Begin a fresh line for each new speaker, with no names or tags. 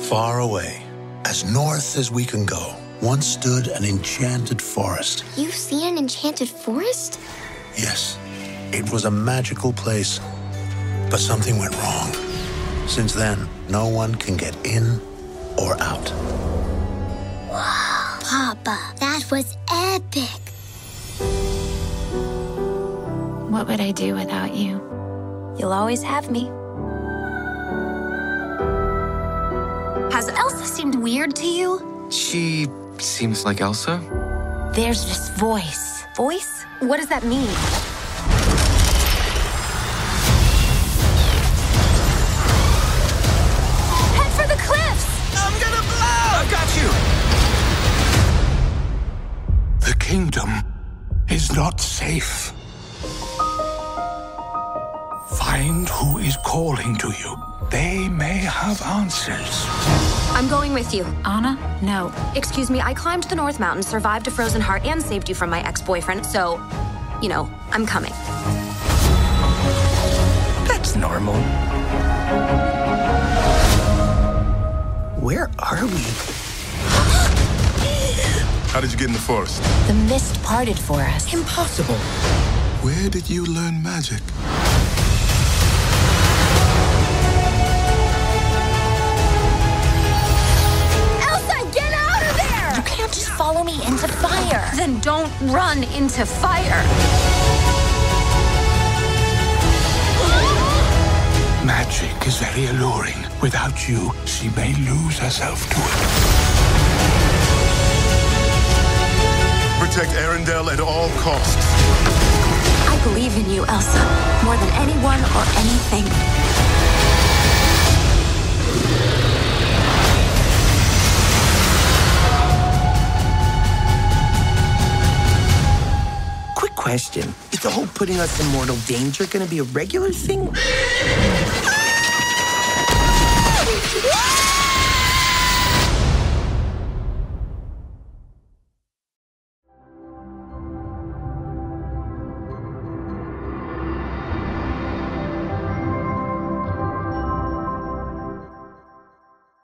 Far away, as north as we can go, once stood an enchanted forest.
You've seen an enchanted forest?
Yes, it was a magical place, but something went wrong. Since then, no one can get in or out.
Papa, that was epic.
What would I do without you? You'll always have me.
Has Elsa seemed weird to you?
She seems like Elsa.
There's this voice. Voice? What does that mean? Head for the cliffs!
I'm gonna blow! I've got you!
The kingdom is not safe.
Find who is calling to you. They may have answers.
I'm going with you.
Anna? No.
Excuse me, I climbed the North Mountain, survived a frozen heart, and saved you from my ex boyfriend, so, you know, I'm coming.
That's normal.
Where are we?
How did you get in the forest?
The mist parted for us.
Impossible.
Where did you learn magic?
Elsa, get out of there!
You can't just follow me into fire.
Then don't run into fire.
Magic is very alluring. Without you, she may lose herself to it.
Protect Arendelle at all costs.
I believe in you, Elsa, more than anyone or anything.
Quick question. Is the whole putting us in mortal danger gonna be a regular thing?